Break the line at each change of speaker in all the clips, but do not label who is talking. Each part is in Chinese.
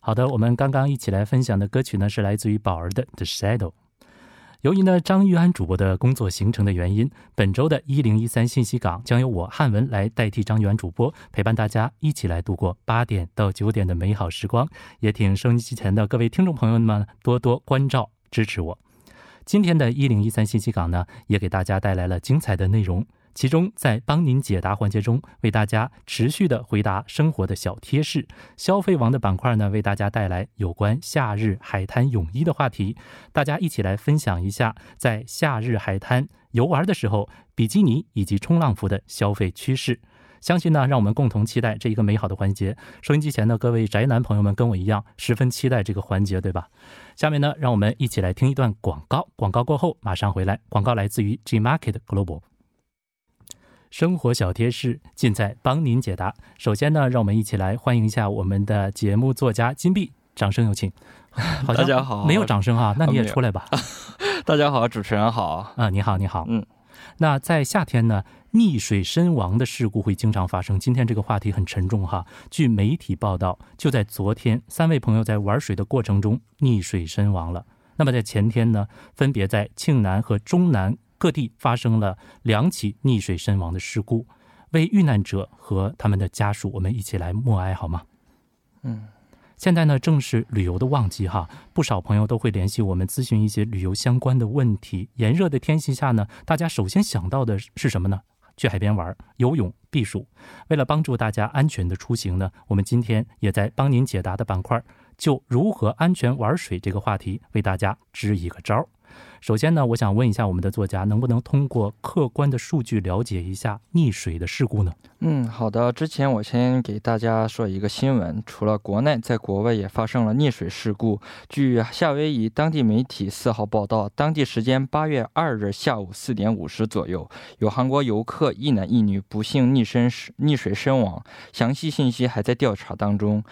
好的，我们刚刚一起来分享的歌曲呢，是来自于宝儿的《The Shadow》。由于呢张玉安主播的工作行程的原因，本周的一零一三信息港将由我汉文来代替张玉安主播，陪伴大家一起来度过八点到九点的美好时光。也请收音机前的各位听众朋友们多多关照支持我。今天的一零一三信息港呢，也给大家带来了精彩的内容，其中在帮您解答环节中，为大家持续的回答生活的小贴士；消费王的板块呢，为大家带来有关夏日海滩泳衣的话题。大家一起来分享一下在夏日海滩游玩的时候，比基尼以及冲浪服的消费趋势。相信呢，让我们共同期待这一个美好的环节。收音机前的各位宅男朋友们，跟我一样十分期待这个环节，对吧？下面呢，让我们一起来听一段广告。广告过后马上回来。广告来自于 G Market Global。生活小贴士尽在帮您解答。首先呢，让我们一起来欢迎一下我们的节目作家金币，掌声有 请。好像
大家好
没有掌声 啊，那你也
没有
出来吧。
大家好，主持人好。
啊，你好，你好，
嗯，
那在夏天呢，溺水身亡的事故会经常发生。今天这个话题很沉重哈。据媒体报道，就在昨天，三位朋友在玩水的过程中溺水身亡了。那么在前天呢，分别在庆南和中南各地发生了两起溺水身亡的事故。为遇难者和他们的家属，我们一起来默哀好吗？
嗯，
现在呢，正是旅游的旺季哈，不少朋友都会联系我们咨询一些旅游相关的问题。炎热的天气下呢，大家首先想到的是什么呢？去海边玩、游泳、避暑。为了帮助大家安全的出行呢，我们今天也在帮您解答的板块，就如何安全玩水这个话题为大家支一个招儿。首先呢，我想问一下我们的作家，能不能通过客观的数据了解一下溺水的事故呢？
嗯，好的。之前我先给大家说一个新闻，除了国内，在国外也发生了溺水事故。据夏威夷当地媒体四号报道，当地时间八月二日下午四点五十左右，有韩国游客一男一女不幸溺身溺水身亡，详细信息还在调查当中。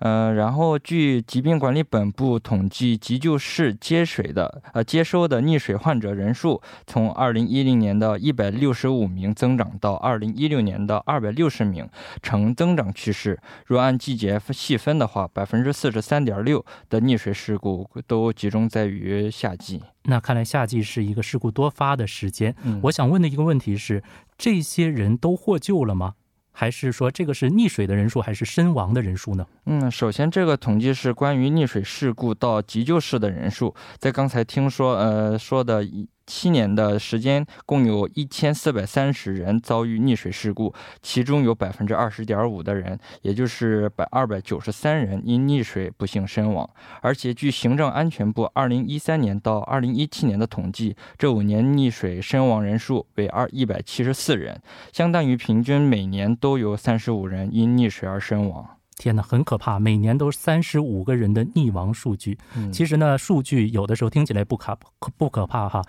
呃，然后据疾病管理本部统计，急救室接水的呃接收的溺水患者人数从二零一零年的一百六十五名增长到二零一六年的二百六十名，呈增长趋势。若按季节细分的话，百分之四十三点六的溺水事故都集中在于夏季。
那看来夏季是一个事故多发的时间。
嗯
我想问的一个问题是：这些人都获救了吗？还是说这个是溺水的人数，还是身亡的人数呢？
嗯，首先这个统计是关于溺水事故到急救室的人数，在刚才听说呃说的一。七年的时间，共有一千四百三十人遭遇溺水事故，其中有百分之二十点五的人，也就是百二百九十三人因溺水不幸身亡。而且据行政安全部二零一三年到二零一七年的统计，这五年溺水身亡人数为二一百七十四人，相当于平均每年都有三十五人因溺水而身亡。
天哪，很可怕！每年都三十五个人的溺亡数据。
嗯
其实呢，数据有的时候听起来不可不不可怕哈。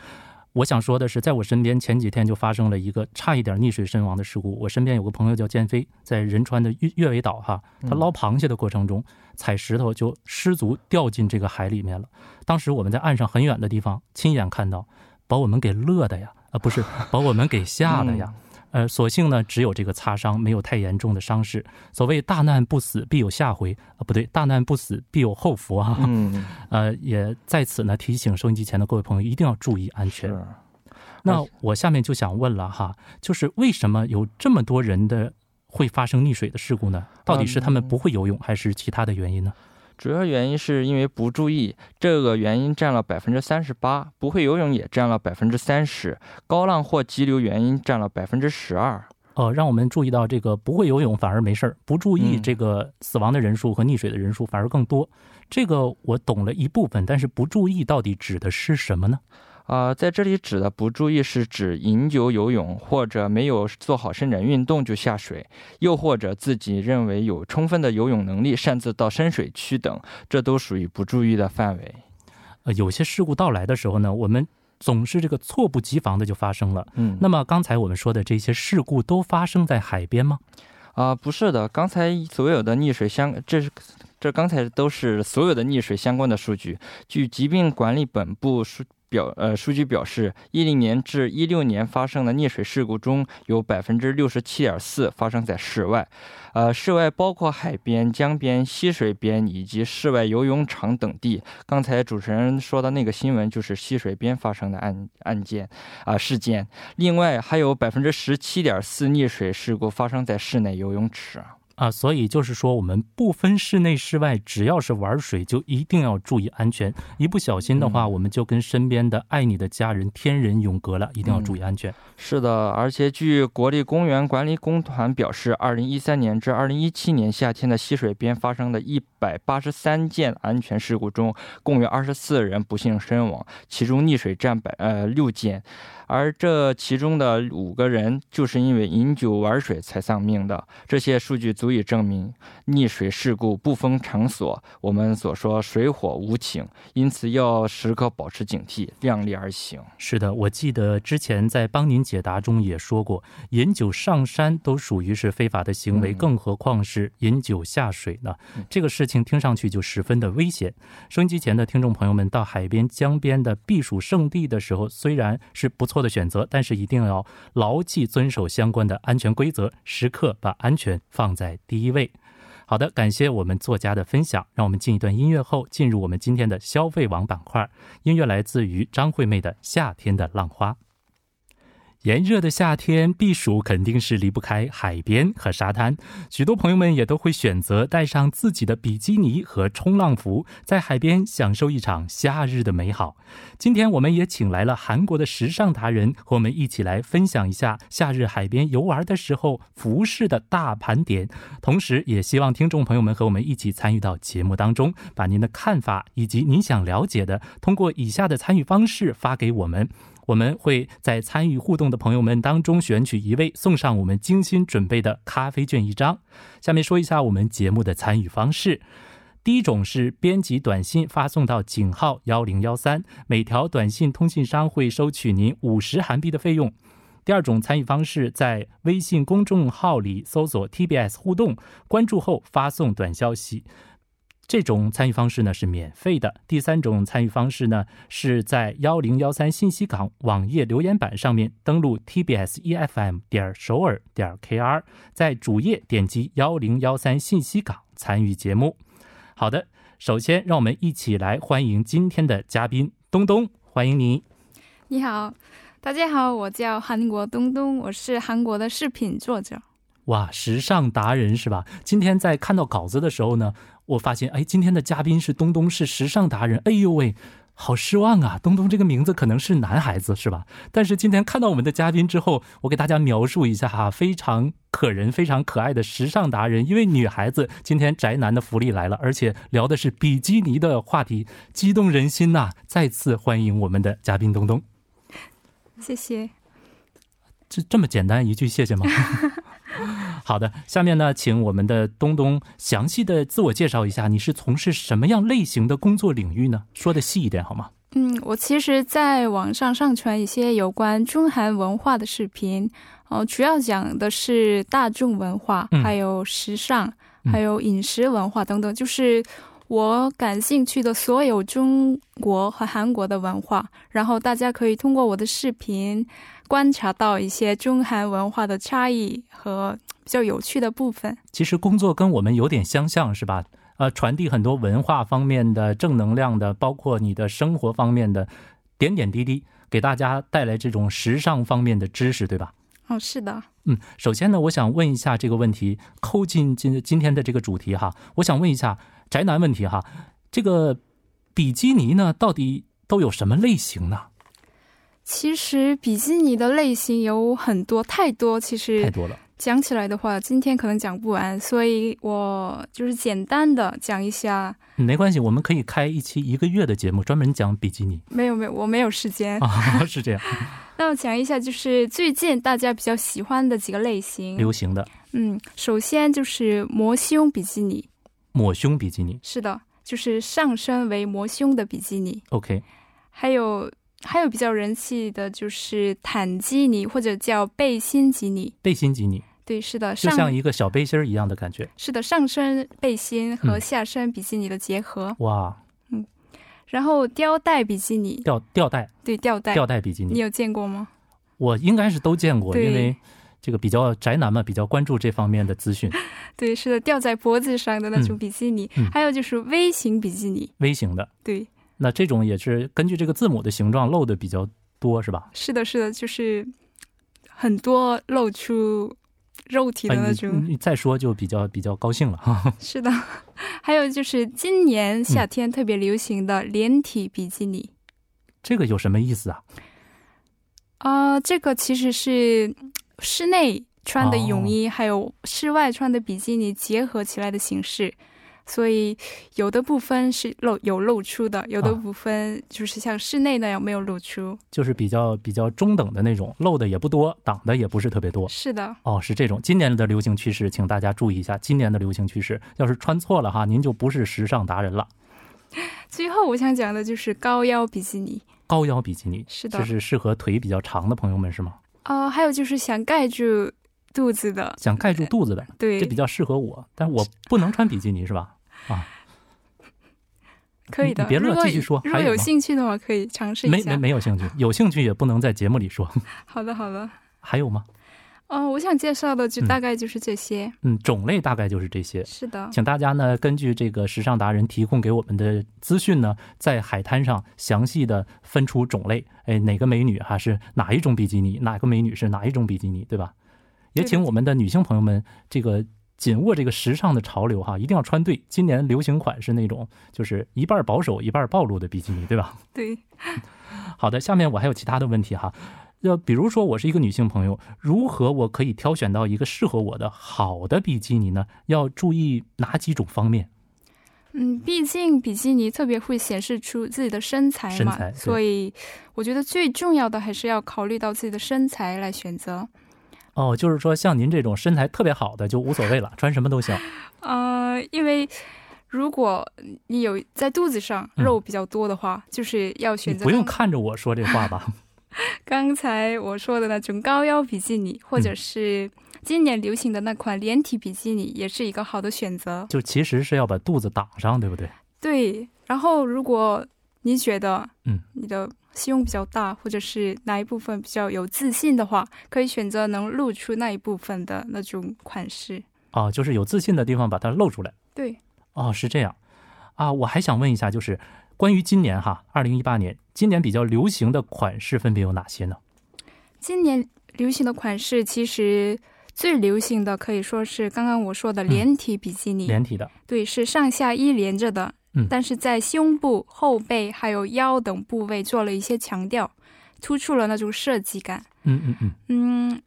我想说的是，在我身边前几天就发生了一个差一点溺水身亡的事故。我身边有个朋友叫建飞，在仁川的越越尾岛哈，他捞螃蟹的过程中踩石头就失足掉进这个海里面了。当时我们在岸上很远的地方亲眼看到，把我们给乐的呀，啊、不是把我们给吓
嗯
的 呀。呃，所幸呢，只有这个擦伤，没有太严重的伤势。所谓大难不死，必有下回啊、不对，大难不死，必有后福啊。
嗯，
呃，也在此呢提醒收音机前的各位朋友一定要注意安全。
是，
那我下面就想问了哈，就是为什么有这么多人的会发生溺水的事故呢？到底是他们不会游泳，还是其他的原因呢？
主要原因是因为不注意，这个原因占了百分之三十八，不会游泳也占了百分之三十，高浪或急流原因占了百分之十二。
呃，让我们注意到这个不会游泳反而没事儿，不注意
嗯
这个死亡的人数和溺水的人数反而更多。这个我懂了一部分，但是不注意到底指的是什么呢？
啊、在这里指的不注意是指饮酒、游泳或者没有做好伸展运动就下水，又或者自己认为有充分的游泳能力擅自到深水区等，这都属于不注意的范围。
呃，有些事故到来的时候呢，我们总是这个猝不及防的就发生了。
嗯
那么刚才我们说的这些事故都发生在海边吗？
啊、不是的，刚才所有的溺水相，这是这刚才都是所有的溺水相关的数据。据疾病管理本部数表呃数据表示，一零年至一六年发生的溺水事故中，有百分之六十七点四发生在室外，呃，室外包括海边、江边、溪水边以及室外游泳场等地。刚才主持人说的那个新闻就是溪水边发生的案案件啊、事件。另外还有百分之十七点四溺水事故发生在室内游泳池。
啊，所以就是说，我们不分室内室外，只要是玩水，就一定要注意安全。一不小心的话，我们就跟身边的爱你的家人天人永隔了，一定要注意安全。
是的，而且据国立公园管理公团表示，二零一三年至二零一七年夏天的溪水边发生的一百八十三件安全事故中，共有二十四人不幸身亡，其中溺水占百呃六件，而这其中的五个人就是因为饮酒玩水才丧命的。这些数据足以证明，溺水事故不分场所，我们所说水火无情，因此要时刻保持警惕，量力而行。
是的，我记得之前在帮您解答中也说过，饮酒上山都属于是非法的行为，
嗯
更何况是饮酒下水呢？这个事情听上去就十分的危险。收音机前的听众朋友们，到海边、江边的避暑胜地的时候，虽然是不错的选择，但是一定要牢记遵守相关的安全规则，时刻把安全放在第一位。好的，感谢我们作家的分享。让我们进一段音乐后，进入我们今天的消费网板块。音乐来自于张惠妹的《夏天的浪花》。炎热的夏天，避暑肯定是离不开海边和沙滩。许多朋友们也都会选择带上自己的比基尼和冲浪服，在海边享受一场夏日的美好。今天我们也请来了韩国的时尚达人，和我们一起来分享一下夏日海边游玩的时候服饰的大盘点，同时也希望听众朋友们和我们一起参与到节目当中，把您的看法以及您想了解的，通过以下的参与方式发给我们。我们会在参与互动的朋友们当中选取一位，送上我们精心准备的咖啡券一张。下面说一下我们节目的参与方式。第一种是编辑短信发送到井号幺零幺三，每条短信通信商会收取您五十韩币的费用。第二种参与方式，在微信公众号里搜索 TBS 互动，关注后发送短消息。这种参与方式呢是免费的。第三种参与方式呢是在幺零幺三信息港网页留言板上面登录 tbs efm E 点首尔点 kr，在主页点击幺零幺三信息港参与节目。好的，首先让我们一起来欢迎今天的嘉宾东东，欢迎你。
你好，大家好，我叫韩国东东，我是韩国的饰品作者。
哇，时尚达人是吧？今天在看到稿子的时候呢，我发现，哎，今天的嘉宾是东东，是时尚达人。哎呦喂，好失望啊！东东这个名字可能是男孩子是吧？但是今天看到我们的嘉宾之后，我给大家描述一下哈、非常可人、非常可爱的时尚达人。因为女孩子今天宅男的福利来了，而且聊的是比基尼的话题，激动人心呐、再次欢迎我们的嘉宾东东。嗯
谢谢。
这这么简单一句谢谢吗？ 好的，下面呢，请我们的东东详细的自我介绍一下，你是从事什么样类型的工作领域呢？说的细一点好吗？
嗯，我其实在网上上传一些有关中韩文化的视频，哦、主要讲的是大众文化，
嗯
还有时尚，
嗯
还有饮食文化等等，就是我感兴趣的所有中国和韩国的文化。然后大家可以通过我的视频观察到一些中韩文化的差异和比较有趣的部分。
其实工作跟我们有点相像，是吧？呃，传递很多文化方面的正能量的，包括你的生活方面的点点滴滴，给大家带来这种时尚方面的知识，对吧？
哦，是的。
嗯，首先呢，我想问一下这个问题，扣进今今天的这个主题哈，我想问一下宅男问题哈，这个比基尼呢，到底都有什么类型呢？
其实比基尼的类型有很多，太多。其
太
实
多了，
讲起来的话，今天可能讲不完，所以我就是简单的讲一下。
嗯没关系，我们可以开一期一个月的节目，专门讲比基 尼
没有没有，我没有时间。
啊，是这样，
那我讲一下，就是最近大家比较喜欢的几个类型。
流行的
嗯，首先就是抹胸比基尼，
抹胸比基尼
是的，就是上身为抹胸的比基尼。
，OK，
还有还有比较人气的就是坦基尼或者叫背心基尼。
背心基尼，
对，是的，
就
上
像一个小背心儿一样的感觉，
是的，上身背心和
嗯
下身比基尼的结合。
哇，
然后吊带比基尼，
吊吊带
对吊带，
吊带比基
你
尼，
有见过吗？
我应该是都见过，
对
因为这个比较宅男嘛，比较关注这方面的资 讯。
对，是的，吊在脖子上的那种比基尼，
嗯嗯
还有就是微型比基尼，
微型的，
对，
那这种也是根据这个字母的形状露的比较多，是吧？
是的，是的，就是很多露出肉体的
哎
那
你
种。
你再说就比较比较高兴了哈。
是的， 还有就是今年夏
嗯
天特别流行的连体比基尼
这个有什么意思啊？
啊、这个其实是嗯室内穿的
哦
泳衣、还有室外穿的比基尼结合起来的形式，所以有的部分是露有露出的，有的
啊
部分就是像室内那样没有露出。
就是比较比较中等的那种，露的也不多，挡的也不是特别多。
是的，
哦，是这种。今年的流行趋势，请大家注意一下。今年的流行趋势，要是穿错了哈，您就不是时尚达人了。
最后我想讲的就是高腰比基尼，
高腰比基尼，
是的
这是适合腿比较长的朋友们是吗？
啊、还有就是想盖住肚子的，
想盖住肚子的，
对
这，比较适合我，但我不能穿比基尼是吧？
可以的。
你别乐
如果
继续说
如果
还有
有
吗
兴趣的话，可以尝试一下。
没没没有兴趣，有兴趣也不能在节目里说。
好的，好的。
还有吗？
哦，我想介绍的就
嗯
大概就是这些。
嗯，种类大概就是这些。
是的，
请大家呢，根据这个时尚达人提供给我们的资讯呢，在海滩上详细的分出种类，哎，哪个美女还是哪一种比基尼，哪个美女是哪一种比基尼，对吧？也
对
请我们的女性朋友们这个紧握这个时尚的潮流哈，一定要穿对。今年流行款是那种就是一半保守一半暴露的比基尼，对吧？
对，
好的，下面我还有其他的问题哈。要比如说，我是一个女性朋友，如何我可以挑选到一个适合我的好的比基尼呢？要注意哪几种方面？
嗯，毕竟比基尼特别会显示出自己的身材
身
嘛，
材对
所以我觉得最重要的还是要考虑到自己的身材来选择。
哦，就是说像您这种身材特别好的就无所 谓了，穿什么都行。
呃，因为如果你有在肚子上
嗯
肉比较多的话，就是要
你
选择
不用
刚
看着我说这话 吧？
刚才我说的那种高腰比基尼，
嗯
或者是今年流行的那款连体比基尼，也是一个好的选择。
就其实是要把肚子挡上，对不对？
对，然后如果你觉得，
嗯，
你的胸比较大，或者是哪一部分比较有自信的话，可以选择能露出那一部分的那种款式。
啊，就是有自信的地方把它露出来。
对，
哦，是这样。啊，我还想问一下，就是关于今年哈，二零一八年，今年比较流行的款式分别有哪些呢？
今年流行的款式其实。最流行的可以说是刚刚我说的连体比基尼，
嗯连体的。
对，是上下衣连着的，
嗯
但是在胸部、后背还有腰等部位做了一些强调，突出了那种设计感。
嗯嗯嗯。
嗯，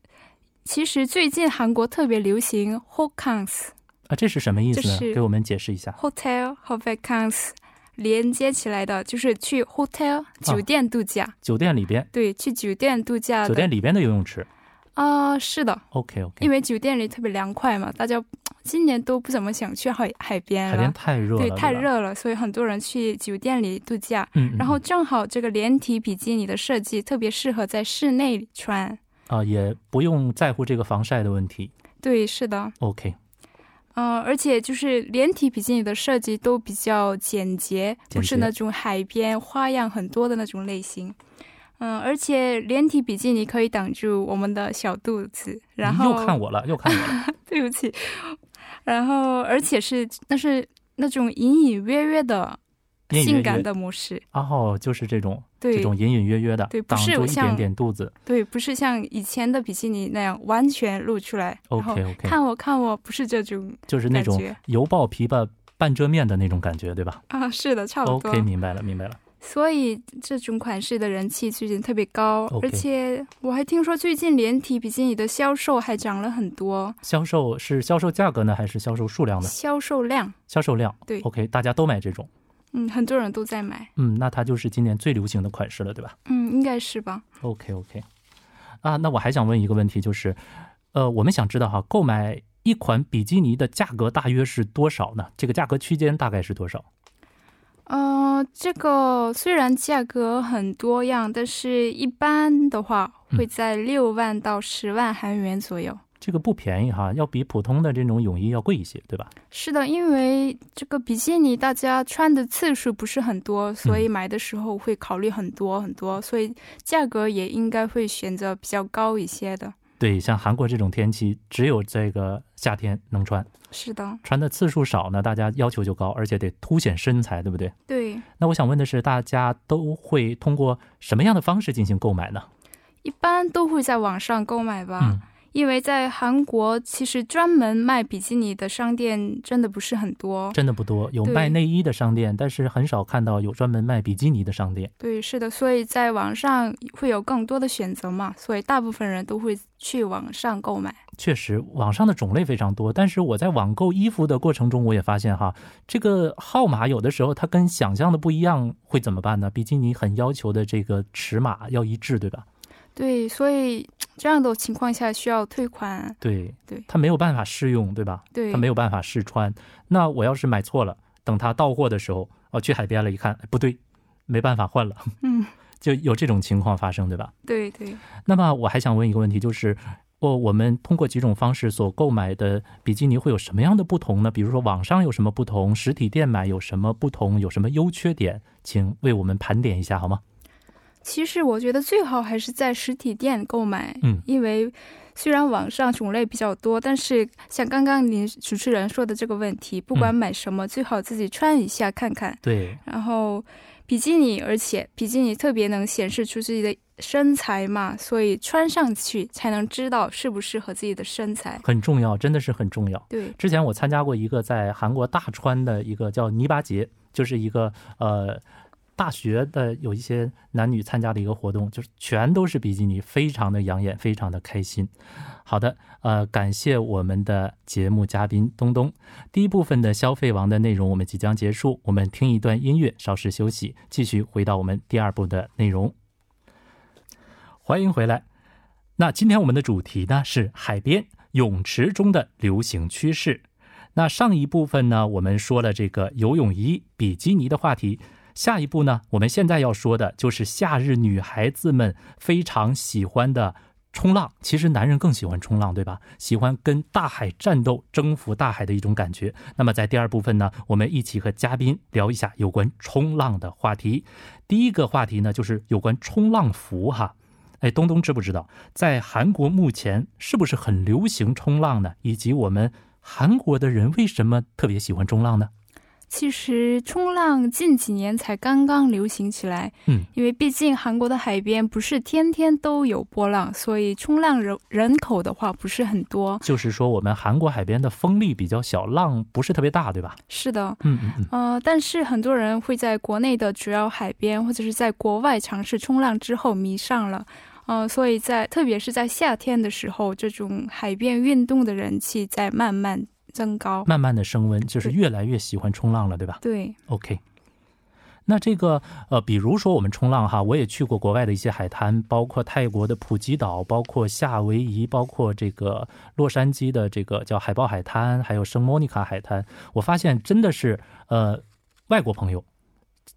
其实最近韩国特别流行 hotels、
啊，这是什么意思呢？
就是
给我们解释一下。
hotel 和 vacances 连接起来的，就是去
啊
hotel 酒店度假，
酒店里边，
对，去酒店度假的。
酒店嗯里边的游泳池。
啊、是的，
OK OK，
因为酒店里特别凉快嘛，大家今年都不怎么想去海海边了，
海边太热了，
啊对，太
吧。
热了，所以很多人去酒店里度假。
嗯，嗯
然后
嗯
正好这个连体比基尼的设计特别适合在室内穿。
啊、也不用在乎这个防晒的问题。
对，是的，
OK，
嗯、而且就是连体比基尼的设计都比较简洁，
洁
不是那种海边花样很多的那种类型。嗯、而且连体比基尼可以挡住我们的小肚子，然
你又看
后
我了，又看 我了。
对不起，然后而且是那是那种隐隐约约的
隐隐约约
性感的模式，
哦，就是这种
对
这种隐隐约约的，
对不
挡
是
住一
像
点点肚子。
对，不是像以前的比基尼那样完全露出来。然后
OK OK，
看我看我，不是这种
就是那
感
种
觉
油爆琵琶半遮面的那种感觉，对吧
啊，是的，差不多。
？OK，明白了，明白了。
所以这种款式的人气最近特别高
OK
而且我还听说最近连体比基尼的销售还涨了很多，
销售是销售价格呢，还是销售数量呢？
销售量，
销售量。
对
OK，大家都买这种。
嗯，很多人都在买，
嗯，那它就是今年最流行的款式了，对吧？
嗯，应该是吧？
OK OK，啊，那我还想问一个问题，就是，呃，我们想知道哈，购买一款比基尼的价格大约是多少呢？这个价格区间大概是多少？
呃，这个虽然价格很多样，但是一般的话
嗯
会在六万到十万韩元左右。
这个不便宜哈，要比普通的这种泳衣要贵一些，对吧？
是的，因为这个比基尼大家穿的次数不是很多，所
嗯
以买的时候会考虑很多很多，所以价格也应该会选择比较高一些的。
对，像韩国这种天气，只有这个夏天能穿，
是的，
穿的次数少呢，大家要求就高，而且得凸显身材，对不对？
对。
那我想问的是，大家都会通过什么样的方式进行购买呢？
一般都会在网上购买吧，
嗯
因为在韩国其实专门卖比基尼的商店真的不是很多。
真的不多，有
对
卖内衣的商店，但是很少看到有专门卖比基尼的商店。
对，是的，所以在网上会有更多的选择嘛，所以大部分人都会去网上购买。
确实，网上的种类非常多，但是我在网购衣服的过程中，我也发现哈，这个号码有的时候它跟想象的不一样，会怎么办呢？比基尼很要求的这个尺码要一致，对吧？
对，所以这样的情况下需要退款。
对，
对
它没有办法试用，对吧？
对，
它啊没有办法试穿。那我要是买错了，等它到货的时候，哦，去海边了，一看，哎不对，没办法换了，
嗯，
就有这种情况发生，对吧？
对对，
那么我还想问一个问题，就是，哦，我们通过几种方式所购买的比基尼会有什么样的不同呢？比如说网上有什么不同，实体店买有什么不同，有什么优缺点？请为我们盘点一下好吗？
其实我觉得最好还是在实体店购买，
嗯
因为虽然网上种类比较多，但是像刚刚您主持人说的这个问题，不管买什么，最好自己穿一下看看。
对，
然后比基尼，而且比基尼特别能显示出自己的身材嘛，所以穿上去才能知道适不适合自己的身材。
很重要，真的是很重要。
对，
之前我参加过一个在韩国大川的一个叫泥巴节，就是一个呃大学的有一些男女参加的一个活动，就是全都是比基尼，非常的养眼，非常的开心。好的，呃，感谢我们的节目嘉宾东东。第一部分的消费王的内容我们即将结束，我们听一段音乐，稍事休息，继续回到我们第二部的内容。欢迎回来。那今天我们的主题呢是海边泳池中的流行趋势。那上一部分呢，我们说了这个游泳衣、比基尼的话题。下一步呢，我们现在要说的就是夏日女孩子们非常喜欢的冲浪。其实男人更喜欢冲浪，对吧？喜欢跟大海战斗、征服大海的一种感觉。那么在第二部分呢，我们一起和嘉宾聊一下有关冲浪的话题。第一个话题呢，就是有关冲浪服哈。哎，东东知不知道，在韩国目前是不是很流行冲浪呢？以及我们韩国的人为什么特别喜欢冲浪呢？
其实冲浪近几年才刚刚流行起来，
嗯，
因为毕竟韩国的海边不是天天都有波浪，所以冲浪人人口的话不是很多。
就是说我们韩国海边的风力比较小，浪不是特别大，对吧？
是的，
嗯嗯嗯，
呃，但是很多人会在国内的主要海边或者是在国外尝试冲浪之后迷上了，呃，所以在特别是在夏天的时候，这种海边运动的人气在慢慢增高。
慢慢的升温，就是
对
越来越喜欢冲浪了，对吧
对，
？OK。那这个呃，比如说我们冲浪哈，我也去过国外的一些海滩，包括泰国的普吉岛，包括夏威夷，包括这个洛杉矶的这个叫海豹海滩，还有圣莫妮卡海滩。我发现真的是呃，外国朋友，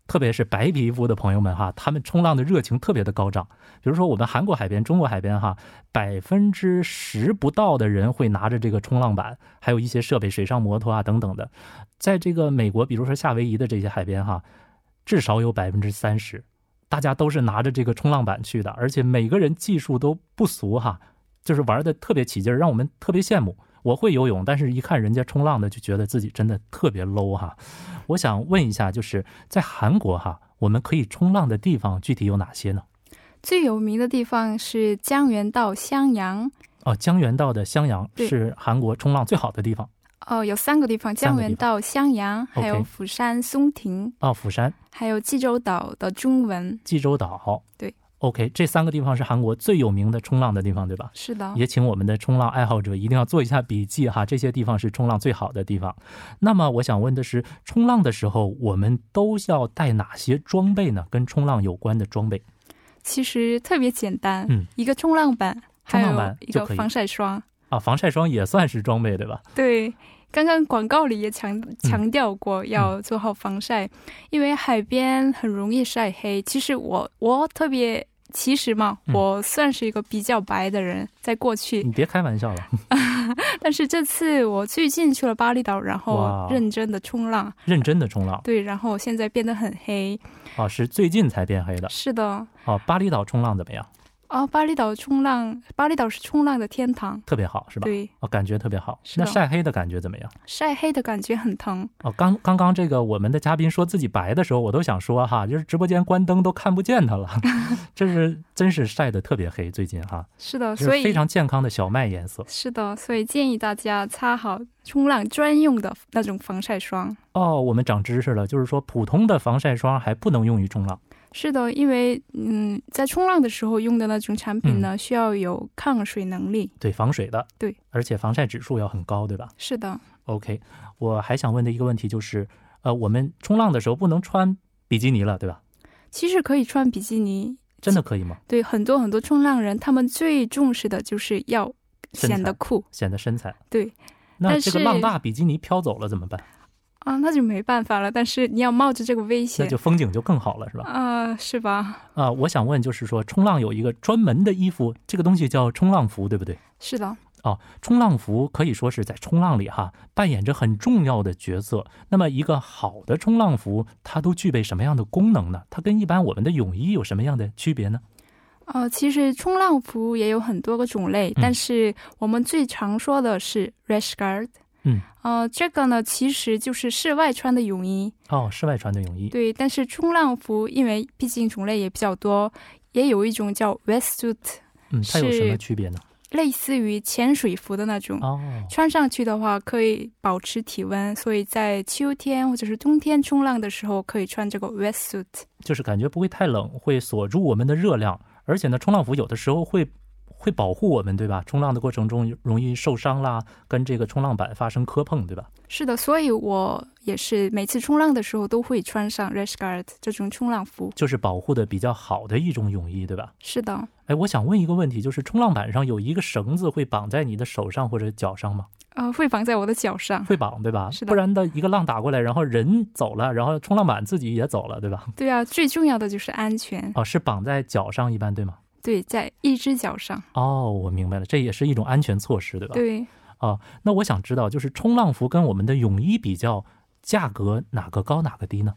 特别是白皮肤的朋友们哈，他们冲浪的热情特别的高涨。比如说我们韩国海边、中国海边哈，百分之十不到的人会拿着这个冲浪板，还有一些设备、水上摩托啊等等的，在这个美国，比如说夏威夷的这些海边哈，至少有百分之三十，大家都是拿着这个冲浪板去的，而且每个人技术都不俗哈，就是玩的特别起劲儿，让我们特别羡慕。我会游泳，但是一看人家冲浪的，就觉得自己真的特别 low 哈。我想问一下，就是在韩国哈，我们可以冲浪的地方具体有哪些呢？
最有名的地方是江原道襄阳，
哦，江原道的襄阳
对
是韩国冲浪最好的地方
哦、有三个地方：
三
江
个地
原
方
道襄阳，还有
OK
釜山松亭，
哦，釜山、
还有济州岛的中文。
济州岛。
对
，OK，这三个地方是韩国最有名的冲浪的地方，对吧？
是的，
也请我们的冲浪爱好者一定要做一下笔记哈，这些地方是冲浪最好的地方。那么我想问的是，冲浪的时候我们都要带哪些装备呢？跟冲浪有关的装备，
其实特别简单，
嗯
一个冲浪板，还
冲浪
有
板
一个
就可以
防晒霜。
啊，防晒霜也算是装备对吧？
对，刚刚广告里也强
嗯
强调过要做好防晒，因为海边很容易晒黑。其实我我特别其实嘛，
嗯
我算是一个比较白的人，在过去，
你别开玩笑了，
但是这次我最近去了巴厘岛，然后
哇哦
认真的冲浪，
认真的冲浪
对，然后我现在变得很黑。
啊，是最近才变黑的
是的，
啊。巴厘岛冲浪怎么样？
哦，巴厘岛冲浪，巴厘岛是冲浪的天堂，
特别好是吧？
对，
哦，感觉特别好。
是啊
那
的
晒黑的感觉怎么样？
晒黑的感觉很疼。
哦，刚刚刚这个我们的嘉宾说自己白的时候，我都想说哈，就是直播间关灯都看不见他了， 这是真是晒得特别黑，最近哈，
是的，
就
所
是
以
非常健康的小麦颜色。
是的，所以建议大家擦好冲浪专用的那种防晒霜。
哦，我们长知识了，就是说普通的防晒霜还不能用于冲浪。
是的，因为嗯，在冲浪的时候用的那种产品呢，
嗯
需要有抗水能力。
对，防水的，
对，
而且防晒指数要很高，对吧
是的，
？OK，我还想问的一个问题就是，呃，我们冲浪的时候不能穿比基尼了，对吧？
其实可以穿比基尼。
真的可以吗？
对很多很多冲浪人，他们最重视的就是要
身材
显得酷
显得身材。
对，
那
但
这个
是
浪大比基尼飘走了怎么办？
啊，那就没办法了。但是你要冒着这个危
那
险
就风景就更好了，是吧？
啊、是吧？
啊、我想问，就是说冲浪有一个专门的衣服，这个东西叫冲浪服，对不对？
是的，
哦，冲浪服可以说是在冲浪里哈扮演着很重要的角色。那么，一个好的冲浪服，它都具备什么样的功能呢？它跟一般我们的泳衣有什么样的区别呢？
呃，其实冲浪服也有很多个种类，
嗯
但是我们最常说的是 rash guard。
嗯，
呃，这个呢其实就是室外穿的泳衣，
哦，室外穿的泳衣，
对。但是冲浪服，因为毕竟种类也比较多，也有一种叫 wetsuit，
嗯，它有什么
是
区别呢？
类似于潜水服的那种。
哦，
穿上去的话可以保持体温，所以在秋天或者是冬天冲浪的时候可以穿这个 wetsuit。
就是感觉不会太冷，会锁住我们的热量，而且呢，冲浪服有的时候会会保护我们，对吧？冲浪的过程中容易受伤啦，跟这个冲浪板发生磕碰，对吧？
是的，所以我也是每次冲浪的时候都会穿上 rash guard 这种冲浪服。
就是保护的比较好的一种泳衣，对吧？
是的，
哎，我想问一个问题，就是冲浪板上有一个绳子会绑在你的手上或者脚上吗？
呃，会绑在我的脚上。
会绑对吧？
是的
不然的一个浪打过来，然后人走了，然后冲浪板自己也走了，对吧？
对啊，最重要的就是安全。
哦，是绑在脚上一般对吗？
对，在一只脚上。
哦，我明白了，这也是一种安全措施，对吧？。
对，
那我想知道，就是冲浪服跟我们的泳衣比较，价格哪个高哪个低呢？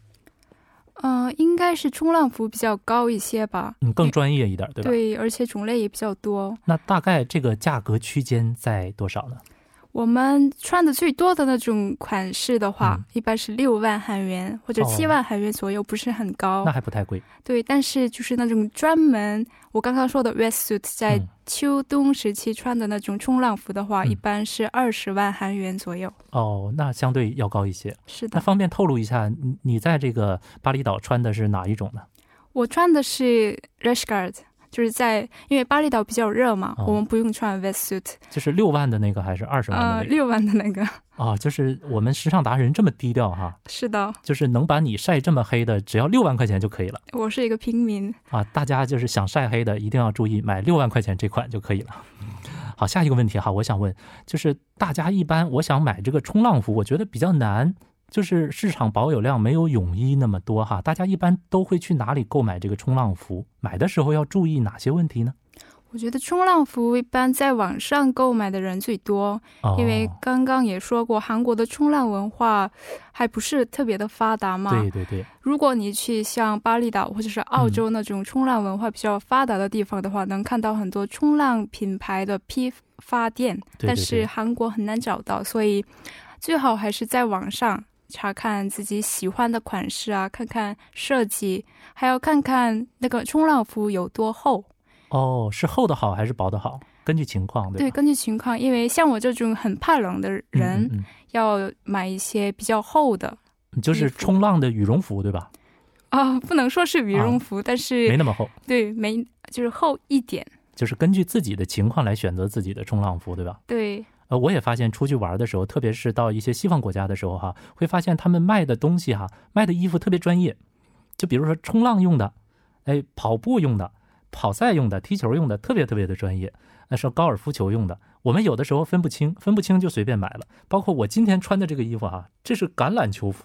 呃，应该是冲浪服比较高一些吧。
嗯，更专业一点，对吧？
对，而且种类也比较多。
那大概这个价格区间在多少呢？
我们穿的最多的那种款式的话，
嗯
一般是六万韩元或者
哦
七万韩元左右，不是很高。
那还不太贵。
对，但是就是那种专门我刚刚说的 wetsuit，在
嗯
秋冬时期穿的那种冲浪服的话，
嗯
一般是二十万韩元左右。
哦，那相对要高一些。
是
那
的，
方便透露一下，你你在这个巴厘岛穿的是哪一种呢？
我穿的是 rash guard，就是在因为巴厘岛比较热嘛，
哦
我们不用穿 wetsuit，
就是六万的那个还是二十万的
呃，
那个？
六万的那个。
啊、就是我们时尚达人这么低调哈，
是的，
就是能把你晒这么黑的，只要六万块钱就可以了
我是一个平民。
啊！大家就是想晒黑的，一定要注意买六万块钱这款就可以了。 好，下一个问题哈，我想问，就是大家一般我想买这个冲浪服，我觉得比较难，就是市场保有量没有泳衣那么多哈。大家一般都会去哪里购买这个冲浪服？买的时候要注意哪些问题呢？
我觉得冲浪服一般在网上购买的人最多，
哦，
因为刚刚也说过，韩国的冲浪文化还不是特别的发达嘛。
对对对，
如果你去像巴厘岛或者是澳
嗯
洲那种冲浪文化比较发达的地方的话，能看到很多冲浪品牌的批发店，
对对
但是
对
韩国很难找到，所以最好还是在网上查看自己喜欢的款式啊，看看设计，还要看看那个冲浪服有多厚。
哦，是厚的好还是薄的好？根据情况，
对，
吧？
根据情况，因为像我这种很怕冷的
啊
人，
嗯嗯
要买一些比较厚的
嗯就
衣
是
服
冲浪的羽绒服，对吧？
啊、不能说是羽绒
啊
服，但
没
是
那么厚，
对没就是厚一点。
就是根据自己的情况来选择自己的冲浪服，对吧？
对，
呃，我也发现出去玩的时候，特别是到一些西方国家的时候哈，会发现他们卖的东西哈，卖的衣服特别专业，就比如说冲浪用的，哎，跑步用的，跑赛用的，踢球用的，特别特别的专业。那是高尔夫球用的，我们有的时候分不清，分不清就随便买了。包括我今天穿的这个衣服哈、这是橄榄球服，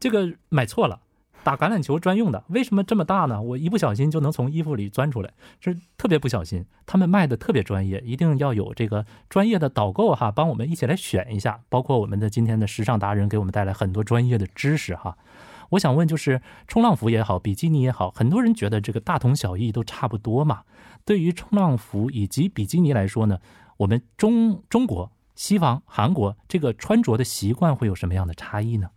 这个买错了，打橄榄球专用的，为什么这么大呢？我一不小心就能从衣服里钻出来，是特别不小心。他们卖的特别专业，一定要有这个专业的导购哈，帮我们一起来选一下。包括我们的今天的时尚达人给我们带来很多专业的知识哈。我想问，就是冲浪服也好，比基尼也好，很多人觉得这个大同小异，都差不多嘛。对于冲浪服以及比基尼来说呢，我们中中国、西方、韩国这个穿着的习惯会有什么样的差异呢？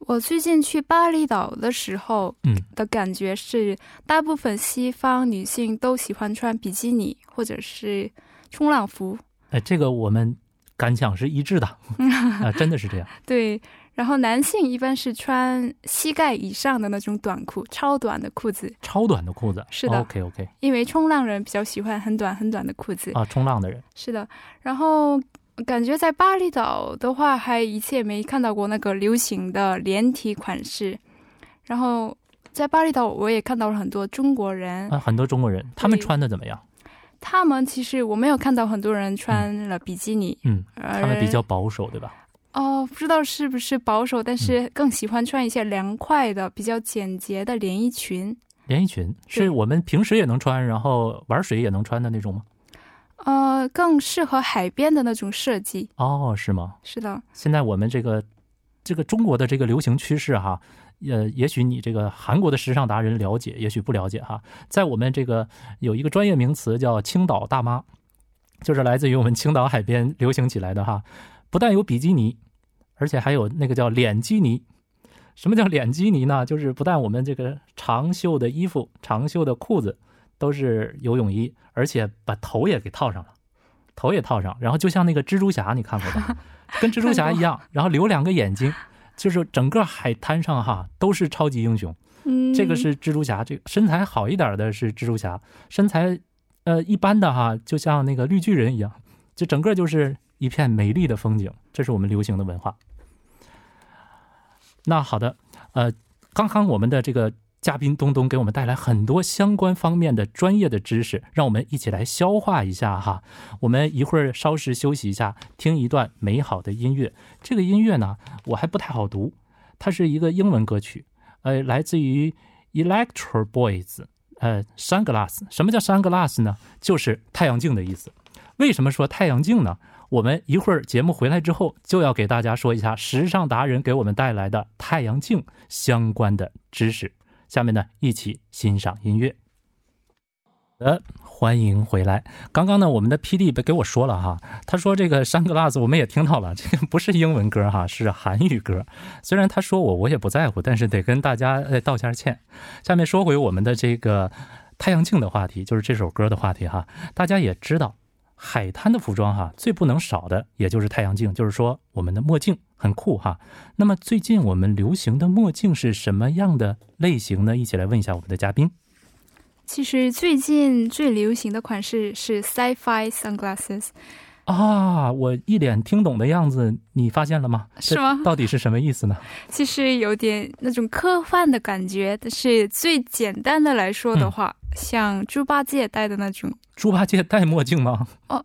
我最近去巴厘岛的时候
嗯，
的感觉是，大部分西方女性都喜欢穿比基尼或者是冲浪服，
哎，这个我们感想是一 致的啊，真的是这样。
对。然后男性一般是穿膝盖以上的那种短裤，超短的裤子，
超短的裤子哦
是的
OK OK
因为冲浪人比较喜欢很短很短的裤子。
啊，冲浪的人
是的，然后感觉在巴厘岛的话，还一切没看到过那个流行的连体款式。然后在巴厘岛，我也看到了很多中国人，
啊，很多中国
嗯
人他们穿的怎么样？
他们其实我没有看到很多人穿了比基尼，
嗯，
而
他们比较保守，对吧？
哦，不知道是不是保守，但是
嗯
更喜欢穿一些凉快的、比较简洁的连衣裙。
连衣裙是我们平时也能穿，然后玩水也能穿的那种吗？
呃，更适合海边的那种设计。
哦，是吗？
是的，
现在我们这个这个中国的这个流行趋势哈，呃，也许你这个韩国的时尚达人了解，也许不了解哈。在我们这个有一个专业名词叫“青岛大妈”，就是来自于我们青岛海边流行起来的哈。不但有比基尼，而且还有那个叫脸基尼。什么叫脸基尼呢？就是不但我们这个长袖的衣服、长袖的裤子都是游泳衣，而且把头也给套上了，头也套上，然后就像那个蜘蛛侠，你看过吧？跟蜘蛛侠一样，然后留两个眼睛，就是整个海滩上哈都是超级英雄。
嗯，
这个是蜘蛛侠，这个身材好一点的是蜘蛛侠，身材呃一般的哈，就像那个绿巨人一样，就整个就是一片美丽的风景。这是我们流行的文化。那好的，呃，刚刚我们的这个嘉宾东东给我们带来很多相关方面的专业的知识，让我们一起来消化一下哈。我们一会儿稍事休息一下，听一段美好的音乐。这个音乐呢，我还不太好读，它是一个英文歌曲，呃，来自于 Electro Boys，呃，Sunglass。什么叫 Sunglass 呢？就是太阳镜的意思。为什么说太阳镜呢？我们一会儿节目回来之后，就要给大家说一下时尚达人给我们带来的太阳镜相关的知识。下面呢，一起欣赏音乐。好的，欢迎回来。刚刚呢，我们的 P D 给我说了哈，他说这个 Sunglass 我们也听到了，这个不是英文歌哈，是韩语歌。虽然他说我，我也不在乎，但是得跟大家呃道下歉。下面说回我们的这个太阳镜的话题，就是这首歌的话题哈。大家也知道，海滩的服装哈最不能少的也就是太阳镜，就是说我们的墨镜很酷哈。那么最近我们流行的墨镜是什么样的类型呢？一起来问一下我们的嘉宾。
其实最近最流行的款式是 sci-fi sunglasses，
啊，我一脸听懂的样子，你发现了吗？
是
这
吗
到底是什么意思呢？
其实有点那种科幻的感觉。但是最简单的来说
嗯
的话，像猪八戒戴的那种，
猪八戒戴墨镜吗？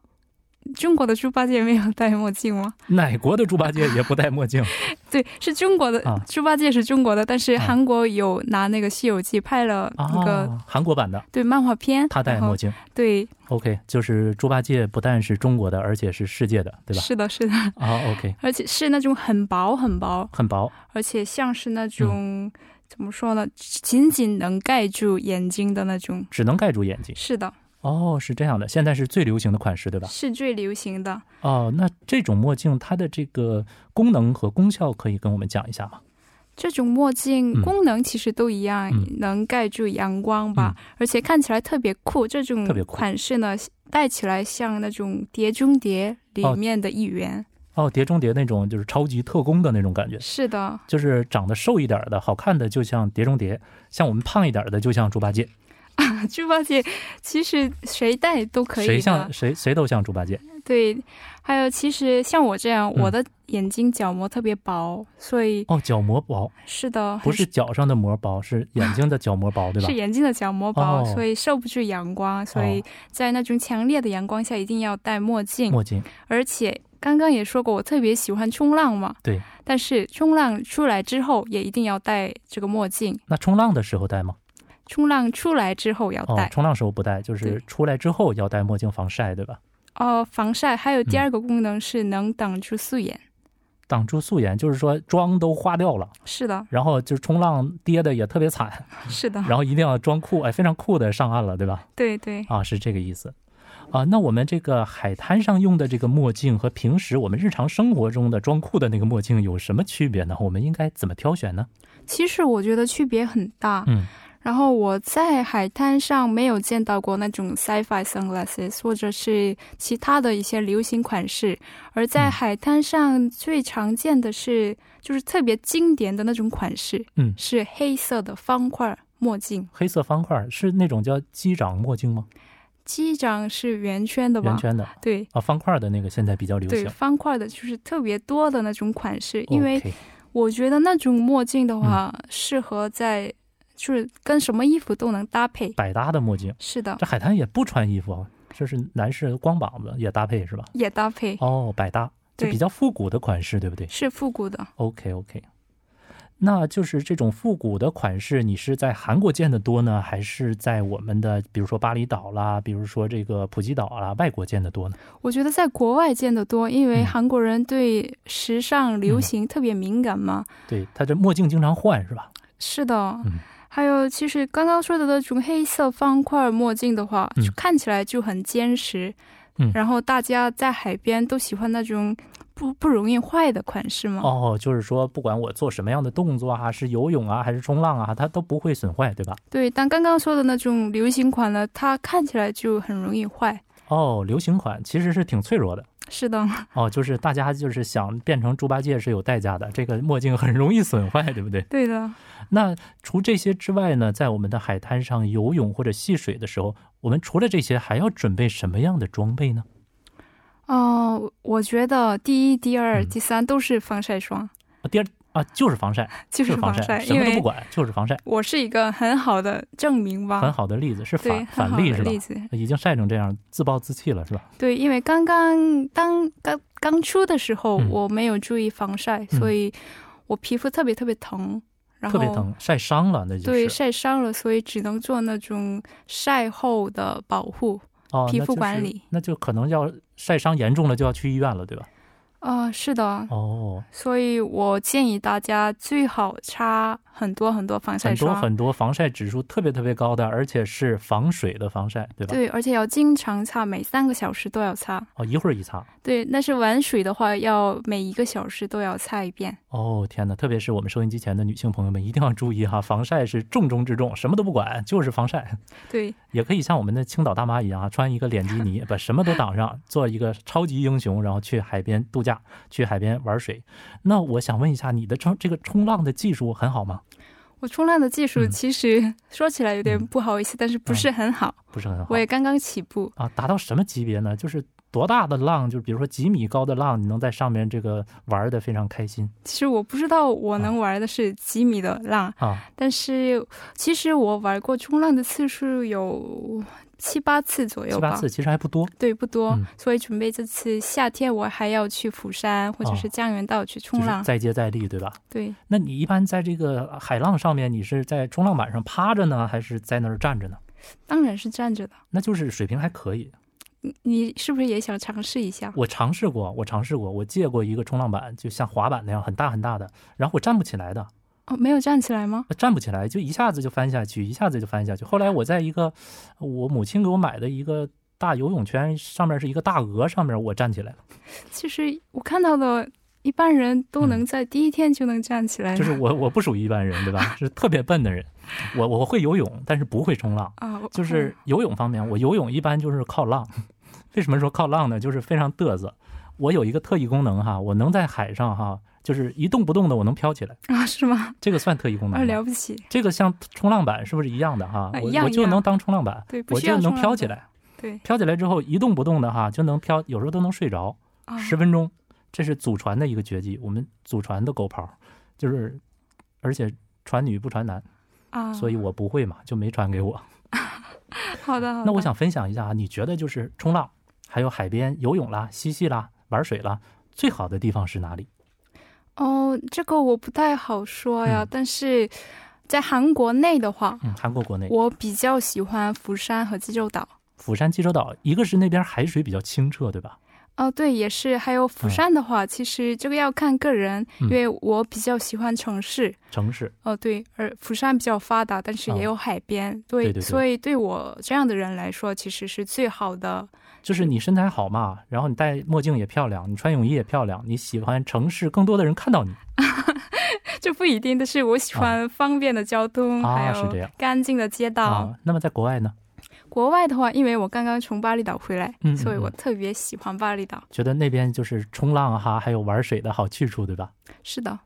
中国的猪八戒没有戴墨镜吗？
哪国的猪八戒也不戴墨镜？
对，是中国的、
啊
猪八戒是中国的，但是
啊
韩国有拿那个《西游记》拍了那个、
啊，韩国版的
对漫画片，
他戴
然后
墨镜。
对，
OK，就是猪八戒不但是中国的，而且是世界的，对吧？
是的，是的，
啊，OK，
而且是那种很薄很薄，
很薄
而且像是那
嗯
种、怎么说呢，仅仅能盖住眼睛的那种。
只能盖住眼睛。
是的，
哦，是这样的，现在是最流行的款式，对吧？
是最流行的。
哦，那这种墨镜它的这个功能和功效可以跟我们讲一下吗？
这种墨镜
嗯
功能其实都一样，
嗯
能盖住阳光吧，而且看起来特别酷。这种
特别酷
款式呢，戴起来像那种《碟中谍》里面的一员。
哦，《碟中谍》那种就是超级特工的那种感觉，
是的，
就是长得瘦一点儿的、好看的，就像《碟中谍》；像我们胖一点儿的，就像猪八戒。
猪八戒其实谁戴都可以
谁
的
像。谁谁都像猪八戒。
对，还有其实像我这样，
嗯
我的眼睛角膜特别薄，所以
哦，角膜薄，
是的，
不 是脚上的膜薄，是眼睛的角膜薄，对吧
是？眼睛的角膜薄，
哦
所以受不住阳光，所以在那种强烈的阳光下一定要戴墨镜。
墨镜
而且刚刚也说过，我特别喜欢冲浪嘛。
对。
但是冲浪出来之后，也一定要戴这个墨镜。
那冲浪的时候戴吗？
冲浪出来之后要
哦
戴，
冲浪时候不戴，就是
对
出来之后要戴墨镜防晒，对吧？
哦、防晒。还有
嗯
第二个功能是能挡住素颜。
挡住素颜，就是说妆都花掉了，
是的，
然后就是冲浪跌的也特别 惨，
是的，
然后一定要装酷，哎，非常酷的上岸了，对吧？
对对。
啊，是这个意思。啊，那我们这个海滩上用的这个墨镜和平时我们日常生活中的装酷的那个墨镜有什么区别呢？我们应该怎么挑选呢？
其实我觉得区别很大。
嗯，
然后我在海滩上没有见到过那种 sci-fi sunglasses，或者是其他的一些流行款式。而在
嗯
海滩上最常见的是，就是特别经典的那种款式，
嗯
是黑色的方块墨镜，
黑色方块是那种叫机长墨镜吗？
机长是圆圈的吧？
圆圈的
对
啊，方块的那个现在比较流
对，
行。
方块的就是特别多的那种款式，因为
OK 嗯
我觉得那种墨镜的话，适合在就是跟什么衣服都能搭配。
百搭的墨镜，
是的，
这海滩也不穿衣服啊，就是男士光膀子也搭配是吧？
也搭配。
哦，百搭，就
对
比较复古的款式，对不对
是复古的，
？OK OK，那就是这种复古的款式，你是在韩国见的多呢，还是在我们的比如说巴厘岛啦，比如说这个普吉岛啦，外国见的多呢？
我觉得在国外见得多，因为
嗯
韩国人对时尚流行特别敏感嘛。
对，他这墨镜经常换是吧？
是的，
嗯
还有其实刚刚说的那种黑色方块墨镜的话，
嗯
就看起来就很坚实。
嗯
然后大家在海边都喜欢那种不不容易坏的款式嘛。
哦，就是说不管我做什么样的动作啊，是游泳啊还是冲浪啊，它都不会损坏，对吧？
对，但刚刚说的那种流行款呢，它看起来就很容易坏。
哦，流行款其实是挺脆弱的。
是的，
哦，就是大家就是想变成猪八戒是有代价的，这个墨镜很容易损坏，对不对？
对的。
那除这些之外呢，在我们的海滩上游泳或者戏水的时候，我们除了这些还要准备什么样的装备呢？
哦、我觉得第一、第二、
嗯
第三都是防晒霜，
啊第二啊，就是防晒，
就
就是是防晒，
晒，
什
因
么都
为
不管，就是防晒，
我是一个很好的证明吧，
很好的例子是
啊对，
反
很
反
好
例
的
是吧
例？子。
已经晒成这样，自暴自弃了是吧？
对，因为刚刚当刚刚出的时候，
嗯
我没有注意防晒，所以我皮肤特别特别疼，然
特
后
别疼，晒伤了那就
对，
是
晒伤了，所以只能做那种晒后的保护。
哦，
皮
那
肤
就是
管理
那就可能要晒伤严重了就要去医院了，对吧？
啊、是的，
哦，
所以我建议大家最好擦很多很多防晒
很多
霜，
很多防晒指数特别特别高的，而且是防水的防晒，对吧？
对，而且要经常擦，每三个小时都要擦。
哦，一会儿一擦。
对，但是玩水的话，要每一个小时都要擦一遍。
哦天哪！特别是我们收音机前的女性朋友们，一定要注意哈，防晒是重中之重，什么都不管，就是防晒。
对，
也可以像我们的青岛大妈一样啊，穿一个脸基尼，把什么都挡上，做一个超级英雄，然后去海边度假，去海边玩水。那我想问一下，你的冲这个冲浪的技术很好吗？
我冲浪的技术
嗯
其实说起来有点不好意思，但是不是很好，
不是很好
我也刚刚起步。
啊，达到什么级别呢？就是多大的浪，就比如说几米高的浪，你能在上面这个玩的非常开心
其实我不知道我能玩的是几米的浪，
啊？
但是其实我玩过冲浪的次数有七八次左右
七八
吧
次，其实还不多。
对，不多。
嗯
所以准备这次夏天我还要去釜山或者是江原道去
哦就
冲
是
浪。
再接再厉，对吧？
对，
那你一般在这个海浪上面，你是在冲浪板上趴着呢，还是在那儿站着呢？
当然是站着的。
那就是水平还可以。
你你是不是也想尝试一下？
我尝试过，我尝试过，我借过一个冲浪板，就像滑板那样很大很大的，然后我站不起来的，
哦，没有站起来吗？
站不起来，就一下子就翻下去，一下子就翻下去。后来我在一个我母亲给我买的一个大游泳圈，上面是一个大鹅，上面我站起来了，
其实我看到的一般人都能在第一天就能站起来
嗯
了。
就是我我不属于一般人，对吧？是特别笨的人，我我会游泳，但是不会冲浪。
啊，我
就是游泳方面，我游泳一般就是靠浪。 为什么说靠浪呢？就是非常嘚瑟。我有一个特异功能哈，我能在海上哈，就是一动不动的，我能飘起来，
啊，是吗？
这个算特异功
啊，
能吗。
了不起，
这个像冲浪板是不是一样的哈？
啊
我
一样
我就
一
能
样
当冲浪板，
对，不
我
需
就
要
能
冲浪
飘起
板，
来。
对，
飘起来之后一动不动的哈，就能飘，有时候都能睡着
啊，
十分钟。这是祖传的一个绝技，我们祖传的狗刨，就是而且传女不传男，
啊，
所以我不会嘛，就没传给我。
好的，好的
嗯那我想分享一下啊，你觉得就是冲浪，还有海边游泳啦、嬉戏啦，玩水了，最好的地方是哪里？
哦，这个我不太好说呀，
嗯
但是在韩国内的话，
嗯，韩国国内，
我比较喜欢釜山和济州岛。
釜山、济州岛，一个是那边海水比较清澈，对吧？
哦，对，也是。还有釜山的话，其实这个要看个人，
嗯
因为我比较喜欢城市。
城市，
哦，对，而釜山比较发达，但是
啊
也有海边，
对对对
所以对我这样的人来说，其实是最好的。
就是你身材好嘛，然后你戴墨镜也漂亮，你穿泳衣也漂亮，你喜欢城市，更多的人看到你
这不一定，但是我喜欢方便的交通，
哦啊
还
是这样
有干净的街道。
啊。那么在国外呢，
国外的话，因为我刚刚从巴厘岛回来，
嗯嗯
所以我
嗯
特别喜欢巴厘岛。
觉得那边就是冲浪哈，还有玩水的好去处，对吧？
是的，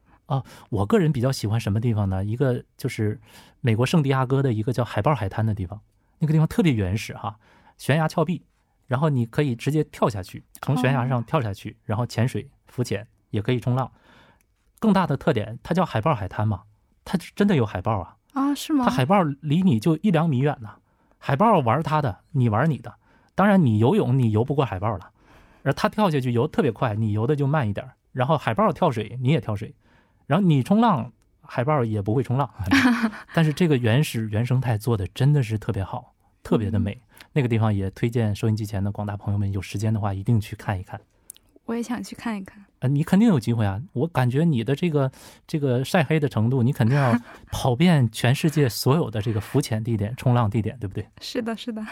我个人比较喜欢什么地方呢？一个就是美国圣地亚哥的一个叫海豹海滩的地方，那个地方特别原始哈，悬崖峭壁，然后你可以直接跳下去，从悬崖上跳下去，然后潜水、浮潜，也可以冲浪。更大的特点，它叫海豹海滩嘛，它真的有海豹啊，
啊，是吗
它？海豹离你就一两米远呢、海豹玩它的，你玩你的。当然，你游泳你游不过海豹了，而它跳下去游特别快，你游的就慢一点儿。然后海豹跳水，你也跳水，然后你冲浪，海豹也不会冲浪。但是这个原始原生态做的真的是特别好，特别的美。那个地方也推荐收音机前的广大朋友们，有时间的话一定去看一看。
我也想去看一看。
呃，你肯定有机会啊！我感觉你的这个这个晒黑的程度，你肯定要 跑遍全世界所有的这个浮潜地点、冲浪地点，对不对？
是的，是的。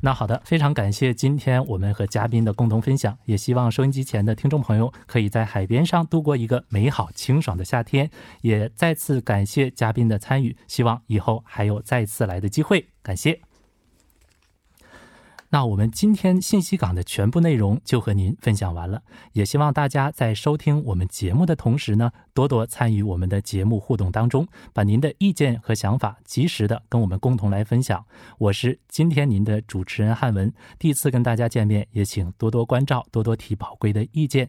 那好的，非常感谢今天我们和嘉宾的共同分享，也希望收音机前的听众朋友可以在海边上度过一个美好清爽的夏天。也再次感谢嘉宾的参与，希望以后还有再次来的机会。感谢。那我们今天信息港的全部内容就和您分享完了，也希望大家在收听我们节目的同时呢，多多参与我们的节目互动当中，把您的意见和想法及时的跟我们共同来分享。我是今天您的主持人汉文，第一次跟大家见面，也请多多关照，多多提宝贵的意见。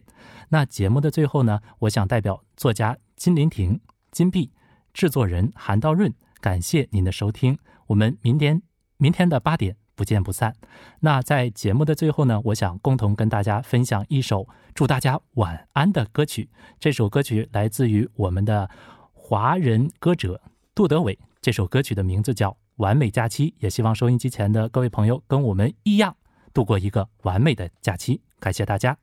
那节目的最后呢，我想代表作家金林婷、金碧、制作人韩道润，感谢您的收听。我们明天明天的八点不见不散。那在节目的最后呢，我想共同跟大家分享一首祝大家晚安的歌曲。这首歌曲来自于我们的华人歌者杜德伟，这首歌曲的名字叫《完美假期》，也希望收音机前的各位朋友跟我们一样度过一个完美的假期。感谢大家。